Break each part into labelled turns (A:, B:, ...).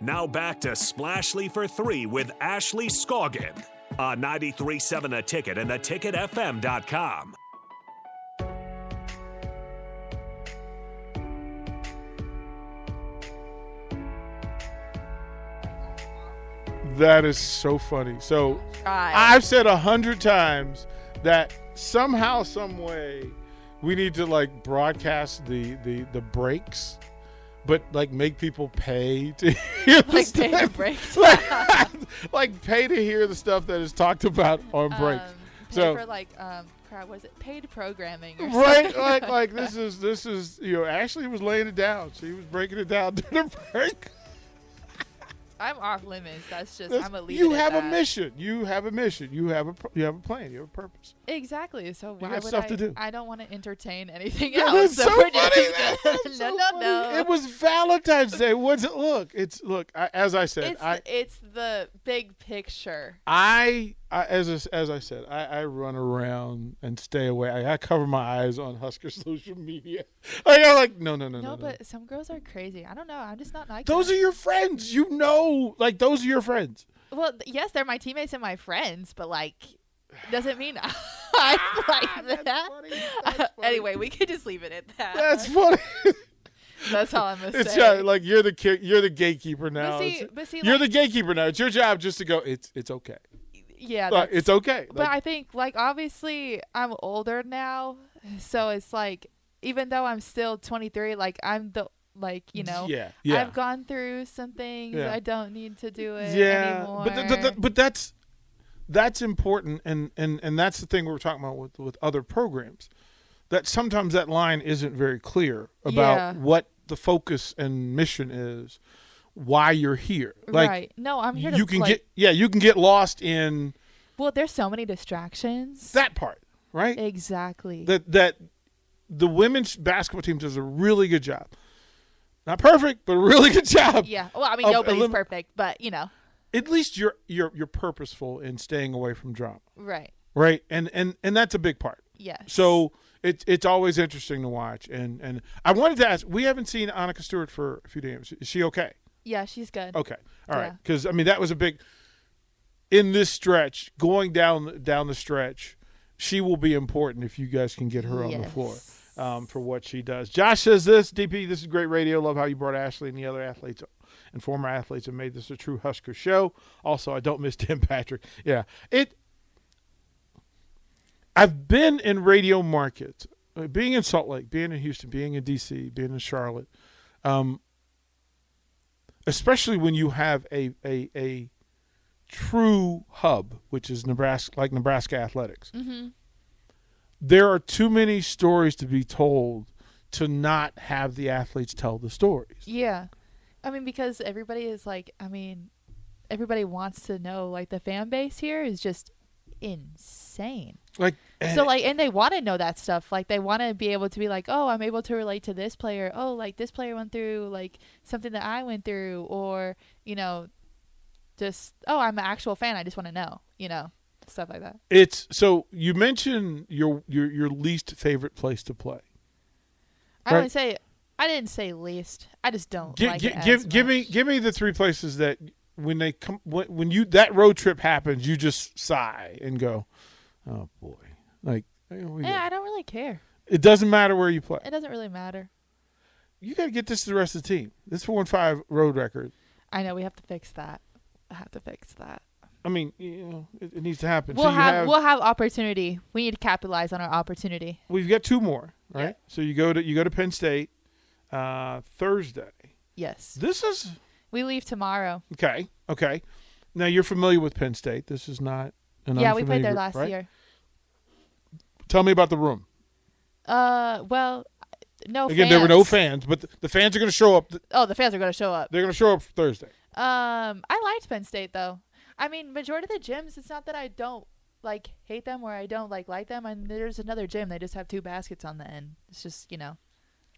A: Now back to Splashly for Three with Ashley Scoggin on 93.7 The Ticket and theticketfm.com.
B: That is so funny. So
C: Try.
B: I've said a hundred times that somehow, some way, we need to like broadcast the the the breaks, but like make people pay to hear the
C: like pay
B: stuff-
C: the breaks.
B: like, like pay to hear the stuff that is talked about on breaks.
C: Um, pay
B: So-
C: for like um, crap, was it paid programming? Or
B: Right,
C: something.
B: like like this is this is you know Ashley was laying it down. She was breaking it down to the break.
C: I'm off limits. That's just
B: That's-
C: I'm a leave
B: you
C: it
B: have
C: at
B: a
C: that.
B: mission. You have a mission. You have a pr- you have a plan. You have a purpose.
C: Exactly. So why
B: got
C: would
B: stuff
C: I?
B: to do.
C: I don't want to entertain anything
B: Yeah,
C: else.
B: Oh, that's so
C: we're
B: funny, man.
C: Just,
B: That's so
C: no, no,
B: funny.
C: no.
B: It was Valentine's Day. What's it look? It's look. I, as I said,
C: it's,
B: I,
C: it's the big picture.
B: I, I, as I- as I said, I, I run around and stay away. I, I cover my eyes on Husker social media. Like I'm like, no, no, no, no, no.
C: No, but some girls are crazy. I don't know. I'm just not like
B: those
C: that.
B: are your friends. You know, like those are your friends.
C: Well, th- yes, they're my teammates and my friends, but like, doesn't mean I like that.
B: Ah, funny. That's funny.
C: anyway, we could just leave it at that.
B: That's funny.
C: That's all I'm gonna
B: it's
C: say.
B: yeah, like you're the ki- you're the gatekeeper now.
C: but see,
B: It's-
C: but see,
B: you're
C: like,
B: the gatekeeper now. It's your job just to go. It's it's okay.
C: yeah,
B: Like,
C: that's-
B: it's okay.
C: but
B: Like,
C: I think like obviously I'm older now, so it's like even though I'm still 23, like I'm the like you know
B: Yeah. Yeah.
C: I've gone through some things.
B: Yeah.
C: I don't need to do it anymore.
B: but th- th- th- but that's that's important, and and and that's the thing we were talking about with with other programs. That sometimes that line isn't very clear about
C: Yeah.
B: what the focus and mission is, why you're here. Like
C: right? No, I'm here to
B: you can
C: like,
B: get yeah, you can get lost in
C: Well, there's so many distractions.
B: that part, right?
C: exactly.
B: that that the women's basketball team does a really good job. Not perfect, but a really good job.
C: yeah. Well, I mean
B: of
C: nobody's
B: elim-
C: perfect, but you know,
B: At least you're you're you're purposeful in staying away from drama,
C: right?
B: right? And and and that's a big part.
C: Yes.
B: So it's it's always interesting to watch. And and I wanted to ask, we haven't seen Annika Stewart for a few games. Is she okay?
C: yeah, she's good.
B: Okay, all right.
C: Yeah.
B: Because I mean that was a big in this stretch going down down the stretch. She will be important if you guys can get her on the
C: Yes.
B: floor um, for what she does. Josh says this DP, this is great radio. Love how you brought Ashley and the other athletes and former athletes and made this a true Husker show. Also, I don't miss Tim Patrick. Yeah, it. I've been in radio markets, uh, being in Salt Lake, being in Houston, being in DC, being in Charlotte. Um, especially when you have a a a true hub, which is Nebraska, like Nebraska athletics.
C: Mm-hmm.
B: There are too many stories to be told to not have the athletes tell the stories.
C: Yeah. I mean, because everybody is like, I mean, everybody wants to know, like, the fan base here is just insane.
B: Like and-
C: so, like, and they want to know that stuff. Like, they want to be able to be like, oh, I'm able to relate to this player. Oh, like, this player went through, like, something that I went through. Or, you know, just, oh, I'm an actual fan. I just want to know, you know, stuff like that.
B: it's so you mentioned your your your least favorite place to play.
C: I
B: Right.
C: would say, I didn't say least. I just don't
B: Gi-
C: like
B: gi-
C: it as
B: give give me
C: much.
B: give me the three places that when they come when, when you that road trip happens, you just sigh and go, "Oh boy." Like here we go.
C: Yeah, I don't really care.
B: it doesn't matter where you play.
C: It doesn't really matter.
B: you got to get this to the rest of the team. This four and five road record.
C: I know we have to fix that. I have to fix that.
B: I mean, you know, it, it needs to happen.
C: We'll
B: so you
C: have,
B: have,
C: we'll have opportunity. We need to capitalize on our opportunity.
B: we've got two more, right? So you go to you go to Penn State uh, Thursday.
C: Yes.
B: This is
C: We leave tomorrow.
B: okay. Okay, now you're familiar with Penn State. This is not an
C: yeah, we
B: unfamiliar
C: played there
B: group,
C: last
B: right?
C: year.
B: Tell me about the room.
C: Uh, well, no
B: Again,
C: fans.
B: there were no fans, but the, the fans are going to show up.
C: Oh, the fans are going to show up.
B: They're going to show up Thursday.
C: Um, I liked Penn State though. I mean, majority of the gyms, it's not that I don't like hate them or I don't like like them. And there's another gym, they just have two baskets on the end. It's just, you know.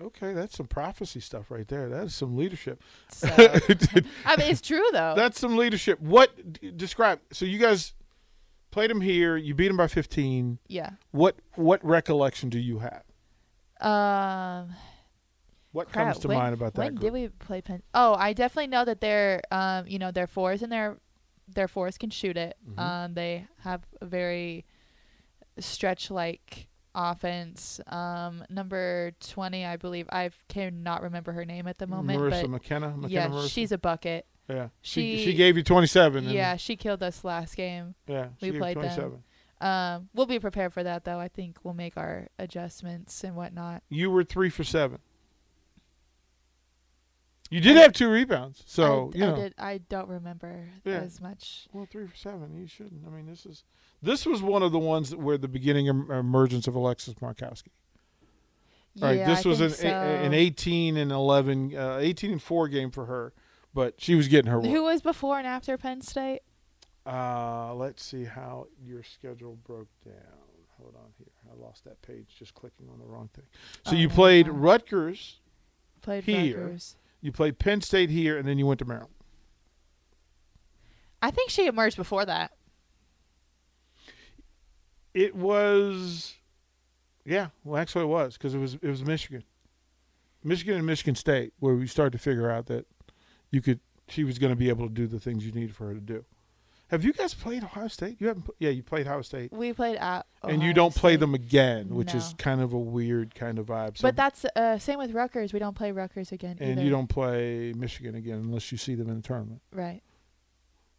B: Okay, that's some prophecy stuff right there. That is some leadership.
C: So I mean, it's true though.
B: That's some leadership. What d- describe? So you guys played them here. You beat them by fifteen.
C: yeah.
B: What what recollection do you have?
C: Um,
B: What
C: Crap,
B: comes to
C: when-
B: mind about that?
C: When
B: group?
C: did we play Pen? Oh, I definitely know that their um, you know, their fours and their their fours can shoot it.
B: Mhm.
C: Um, they have a very stretch like offense. Um, number twenty, I believe. I cannot remember her name at the moment,
B: Marissa
C: but
B: McKenna. McKenna
C: yeah,
B: Marissa?
C: she's a bucket.
B: yeah. She, she
C: she-
B: gave you twenty seven.
C: Yeah, she killed us last game.
B: yeah. She
C: we
B: gave
C: played them.
B: twenty seven.
C: Um, we'll be prepared for that though. I think we'll make our adjustments and whatnot.
B: You were three for seven. You did have two rebounds, so
C: I,
B: you
C: I
B: know.
C: did. I don't remember
B: Yeah.
C: as much.
B: Well, three for seven. You shouldn't. I mean, this is this was one of the ones that were the beginning em- emergence of Alexis Markowski. All right,
C: yeah,
B: this
C: I
B: was an
C: think
B: a- a- an
C: so.
B: 18 and 11, uh, 18 and four game for her, but she was getting her work.
C: Who was before and after Penn State?
B: Uh, let's see how your schedule broke down. Hold on here. I lost that page just clicking on the wrong thing. So
C: Oh,
B: you
C: no,
B: played
C: no.
B: Rutgers,
C: Played
B: Here.
C: Rutgers.
B: you played Penn State here, and then you went to Maryland.
C: I think she emerged before that.
B: It was, yeah. Well, actually, it was because it was it was Michigan, Michigan and Michigan State where we started to figure out that you could she was going to be able to do the things you needed for her to do. Have you guys played Ohio State? You haven't. pl- Yeah, you played Ohio State,
C: We played at.
B: and you
C: Ohio
B: don't play
C: State.
B: them again, which is
C: No.
B: kind of a weird kind of vibe. So
C: but that's uh, same with Rutgers. We don't play Rutgers again.
B: and
C: either.
B: you don't play Michigan again unless you see them in the tournament.
C: Right.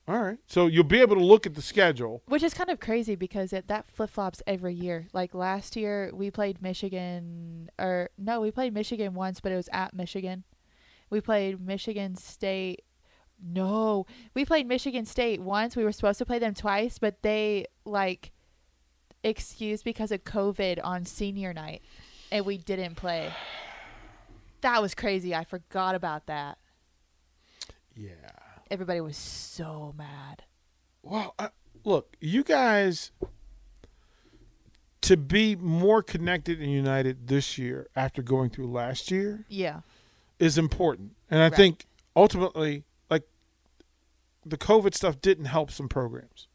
B: All right, so you'll be able to look at the schedule.
C: Which is kind of crazy because it, that flip flops every year. Like last year, we played Michigan, or no, we played Michigan once, but it was at Michigan. We played Michigan State. No, we played Michigan State once. We were supposed to play them twice, but they like excused because of COVID on senior night, and we didn't play. That was crazy. I forgot about that.
B: Yeah.
C: Everybody was so mad.
B: Well, I, look, you guys to be more connected and united this year after going through last year
C: Yeah.
B: is important, and I
C: Right.
B: think ultimately, like the COVID stuff didn't help some programs.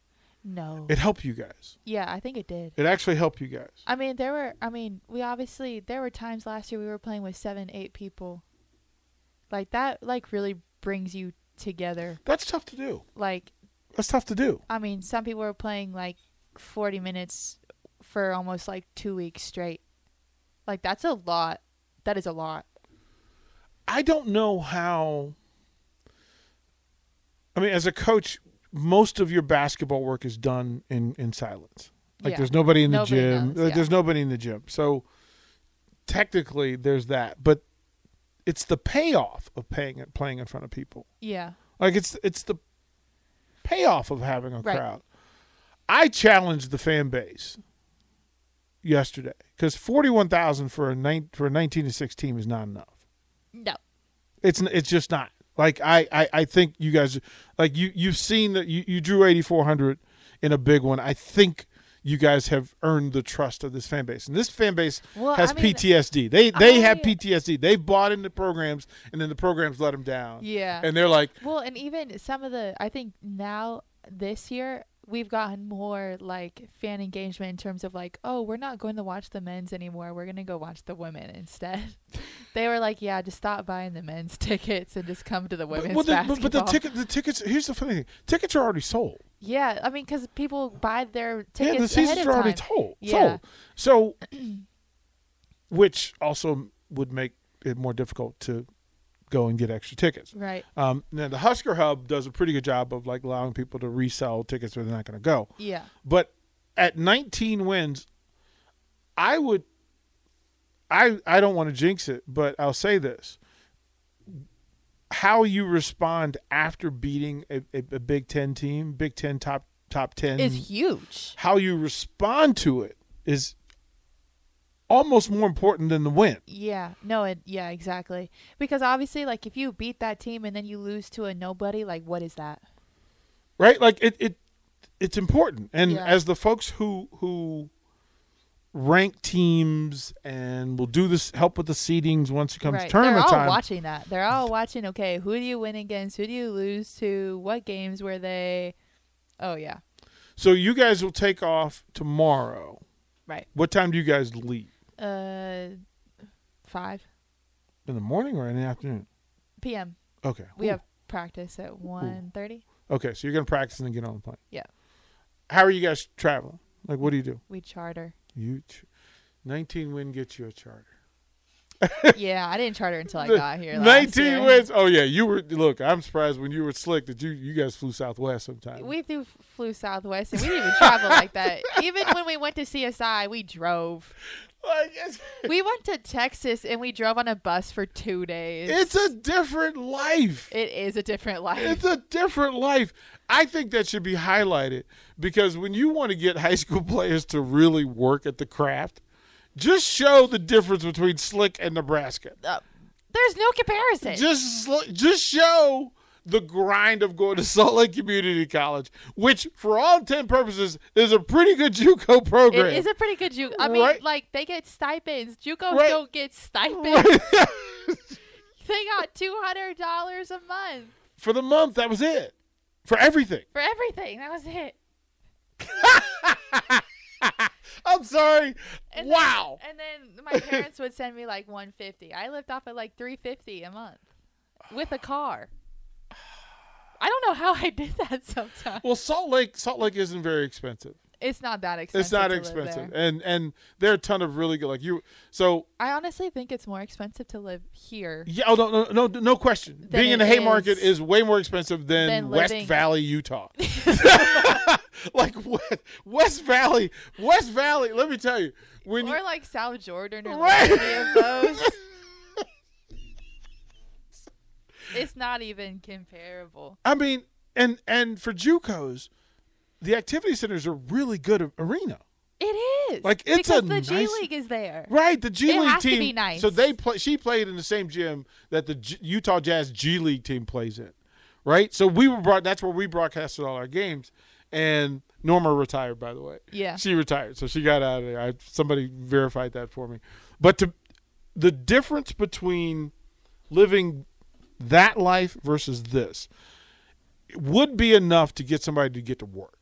C: No.
B: It helped you guys.
C: yeah, I think it did.
B: It actually helped you guys.
C: I mean, there were. I mean, we obviously there were times last year we were playing with seven, eight people. Like that, like really brings you together.
B: That's tough to do.
C: Like,
B: That's tough to do.
C: I mean, some people were playing like forty minutes for almost like two weeks straight. Like that's a lot. That is a lot.
B: I don't know how. I mean, as a coach, most of your basketball work is done in in silence. Like
C: Yeah.
B: there's nobody in the
C: Nobody
B: gym.
C: knows,
B: Like,
C: yeah.
B: There's nobody in the gym. So technically, there's that, but it's the payoff of paying playing in front of people.
C: Yeah.
B: Like it's it's the payoff of having a
C: Right.
B: crowd. I challenged the fan base yesterday because forty one thousand for a nine, for a nineteen to six team is not enough.
C: No.
B: It's it's just not. Like I, I, I think you guys like you you've seen that you, you drew eighty four hundred in a big one. I think you guys have earned the trust of this fan base, and this fan base
C: Well,
B: has
C: I mean-
B: PTSD. They they have
C: I-
B: PTSD. They bought into programs, and then the programs let them down.
C: Yeah.
B: and they're like,
C: Well, and even some of the, I think now this year we've gotten more like fan engagement in terms of like, oh, we're not going to watch the men's anymore. We're going to go watch the women instead. they were like, yeah, just stop buying the men's tickets and just come to the
B: but,
C: women's
B: well, the, but-
C: basketball.
B: but the ticket the tickets. Here's the funny thing: tickets are already sold.
C: yeah, I mean, because people buy their tickets
B: yeah, the
C: ahead
B: seasons
C: of
B: are already
C: time.
B: told.
C: Yeah.
B: Sold. So, which also would make it more difficult to go and get extra tickets.
C: Right.
B: Um, now the Husker Hub does a pretty good job of like allowing people to resell tickets where they're not going to go.
C: Yeah.
B: But at 19 wins, I would. I I don't want to jinx it, but I'll say this: how you respond after beating a, a, a Big Ten team, Big Ten top top ten
C: It's huge.
B: how you respond to it is almost more important than the win.
C: Yeah. No, it, yeah, exactly. Because obviously, like, if you beat that team and then you lose to a nobody, like, what is that?
B: right like it, it it's important and
C: Yeah.
B: as the folks who who rank teams and will do this help with the seedings once it comes tournament
C: They're all
B: time
C: watching that. They're all watching. Okay, who do you win against? Who do you lose to? What games were they? Oh yeah,
B: so you guys will take off tomorrow
C: right.
B: what time do you guys leave
C: Uh, five.
B: in the morning or in the afternoon?
C: p.m.
B: Okay.
C: We
B: Ooh.
C: have practice at 1.30.
B: Okay, so you're gonna practice and then get on the plane.
C: Yeah.
B: How are you guys traveling? Like, what do you do?
C: We charter.
B: You, ch- nineteen win gets you a charter.
C: yeah, I didn't charter until I got here. last
B: Nineteen
C: year.
B: wins. Oh yeah, you were. Look, I'm surprised when you were slick that you you guys flew Southwest sometime.
C: We flew, flew Southwest, and we didn't even travel like that. Even when we went to CSI, we drove.
B: like it's,
C: We went to Texas, and we drove on a bus for two days.
B: it's a different life.
C: It is a different life.
B: It's a different life. I think that should be highlighted because when you want to get high school players to really work at the craft, just show the difference between slick and Nebraska.
C: Uh, there's no comparison.
B: Just sli- just show the grind of going to Salt Lake Community College, which for all intent and purposes is a pretty good JUCO program.
C: it is a pretty good juke. I mean,
B: Right.
C: like they get stipends. JUCOs
B: Right.
C: don't get stipends. They got two hundred dollars a month
B: for the month, that was it. For everything.
C: for everything. That was it.
B: I'm sorry.
C: And then-
B: wow.
C: and then my parents would send me like 150. I lived off of like 350 a month with a car. I don't know how I did that sometimes.
B: well, Salt Lake Salt Lake isn't very expensive.
C: It's not that expensive.
B: It's not
C: to live
B: expensive,
C: there.
B: and and there are a ton of really good like you. So
C: I honestly think it's more expensive to live here.
B: yeah, oh, no, no, no, no question.
C: Than
B: Being in the
C: it
B: Haymarket
C: is-
B: is way more expensive than,
C: than
B: West
C: living-
B: Valley, Utah. like what? West Valley, West Valley. Let me tell you, when you
C: Or like South Jordan or
B: Right.
C: like any of those. it's not even comparable.
B: I mean, and and for JUCOs, the activity centers are really good a- arena.
C: It is.
B: Like, it's
C: because
B: a
C: the G
B: nice-
C: League is there.
B: Right, the G
C: It
B: League
C: has to
B: team.
C: be nice.
B: So they play. She played in the same gym that the G- Utah Jazz G League team plays in. Right. So we were brought. That's where we broadcasted all our games. And Norma retired, by the way.
C: Yeah.
B: She retired, so she got out of there. I, somebody verified that for me. But to, the difference between living that life versus this would be enough to get somebody to get to work.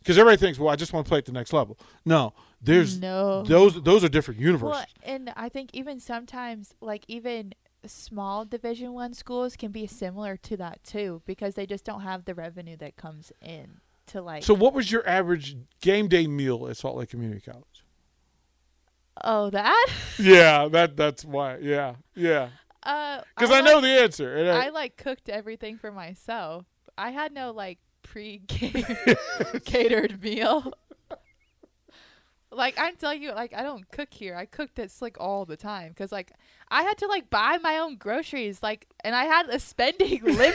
B: Because everybody thinks, well, I just want to play at the next level. No, there's
C: No.
B: those those are different universes.
C: Well, and I think even sometimes, like even small Division One schools can be similar to that too, because they just don't have the revenue that comes in to like.
B: So, what was your average game day meal at Salt Lake Community College?
C: oh, that.
B: Yeah, that that's why. Yeah, yeah.
C: Uh,
B: Because I, know
C: like-
B: the answer. and I-
C: I like cooked everything for myself. I had no like pre-catered catered meal. Like I'm telling you, like I don't cook here. I cooked at Slick all the time because like I had to like buy my own groceries, like, and I had a spending limit.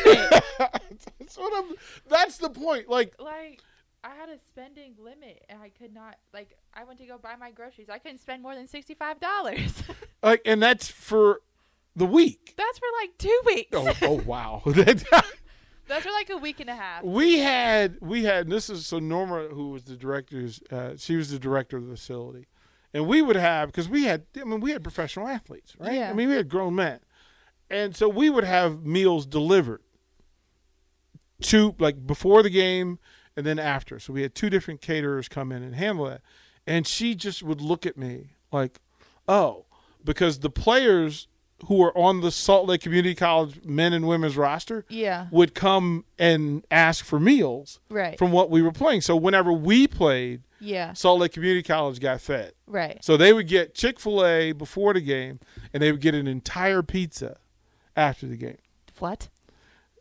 B: that's what I'm. That's the point. Like,
C: like I had a spending limit and I could not like I went to go buy my groceries. I couldn't spend more than sixty five dollars.
B: like, and that's for the week.
C: That's for like two weeks.
B: Oh, oh wow.
C: That's for like a week and a half.
B: we had we had and this is so Norma who was the director's uh, she was the director of the facility, and we would have because we had I mean we had professional athletes right
C: Yeah.
B: I mean we had grown men, and so we would have meals delivered to like before the game and then after so we had two different caterers come in and handle that, and she just would look at me like oh because the players who are on the Salt Lake Community College men and women's roster
C: Yeah.
B: would come and ask for meals
C: Right.
B: from what we were playing. So whenever we played,
C: yeah.
B: Salt Lake Community College got fed.
C: Right.
B: So they would get Chick fil A before the game and they would get an entire pizza after the game.
C: What?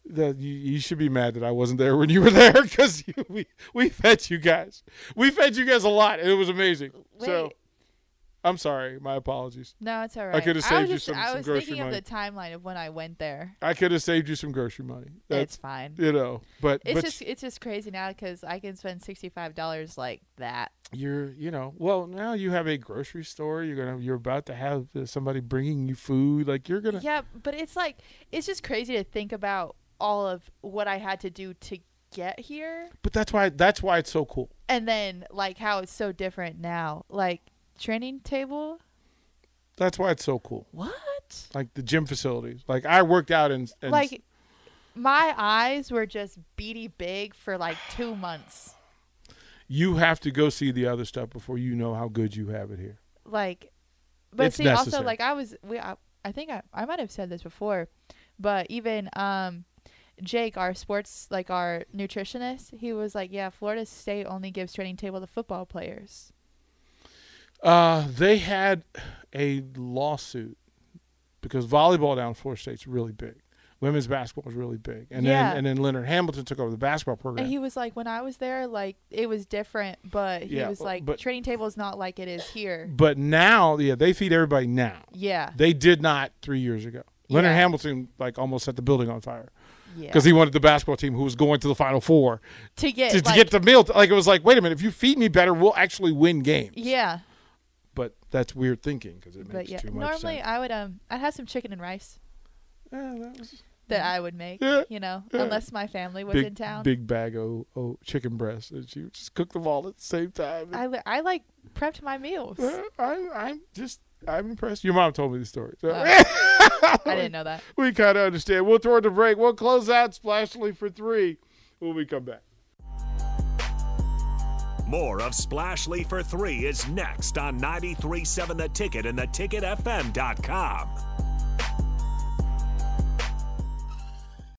B: That you, you should be mad that I wasn't there when you were there because we we fed you guys. We fed you guys a lot and it was amazing. So
C: Wait.
B: I'm sorry. My apologies.
C: No, it's all right.
B: I coulda
C: I
B: saved
C: was
B: you
C: just,
B: some-
C: I
B: some
C: was
B: grocery
C: thinking
B: money.
C: of the timeline of when I went there.
B: I could have saved you some grocery money.
C: it's
B: That's
C: fine.
B: you know, but
C: It's
B: but
C: just it's just crazy now because I can spend sixty five dollars like that.
B: you're you know well now you have a grocery store you're gonna you're about to have uh, somebody bringing you food like you're gonna
C: Yeah, but it's like it's just crazy to think about all of what I had to do to get here.
B: but that's why that's why it's so cool
C: and then like how it's so different now like training table
B: that's why it's so cool
C: what
B: like the gym facilities like i worked out in, in
C: like my eyes were just beady big for like two months
B: you have to go see the other stuff before you know how good you have it here
C: like but
B: It's
C: see also
B: necessary.
C: like i was we I, I I think I, I might have said this before, but even um, Jake, our sports like our nutritionist, he was like, "Yeah, Florida State only gives training table to football players."
B: Uh, they had a lawsuit because volleyball down in Florida State's really big. Women's basketball is really big, and
C: Yeah.
B: then and then Leonard Hamilton took over the basketball program.
C: And he was like, "When I was there, like it was different, but he
B: Yeah,
C: was
B: bu-
C: like,
B: but-
C: training table is not like it is here."
B: but now, yeah, they feed everybody now.
C: Yeah,
B: They did not three years ago. Leonard
C: Yeah.
B: Hamilton like almost set the building on fire
C: yeah.
B: because he wanted the basketball team who was going to the Final Four
C: to get
B: to, to
C: like,
B: get the meal. Like it was like, wait a minute, if you feed me better, we'll actually win games.
C: yeah,
B: But that's weird thinking because it
C: but
B: makes
C: yeah.
B: too much
C: Normally,
B: sense.
C: I would um, I'd have some chicken and rice
B: Yeah, that was
C: that I would make.
B: Mm-hmm. Yeah.
C: You know,
B: Yeah.
C: unless my family was
B: big,
C: in town.
B: big bag of, of chicken breasts, and she would just cook them all at the same time.
C: I li- I like prepped my meals.
B: Uh, I'm, I'm just, I'm impressed. Your mom told me the story. So
C: Oh. I didn't know that.
B: we kind of understand. We'll throw it to break. We'll close out Splashly for three when we come back.
A: More of Splashly for Three is next on 93.7 The Ticket and theticketfm.com.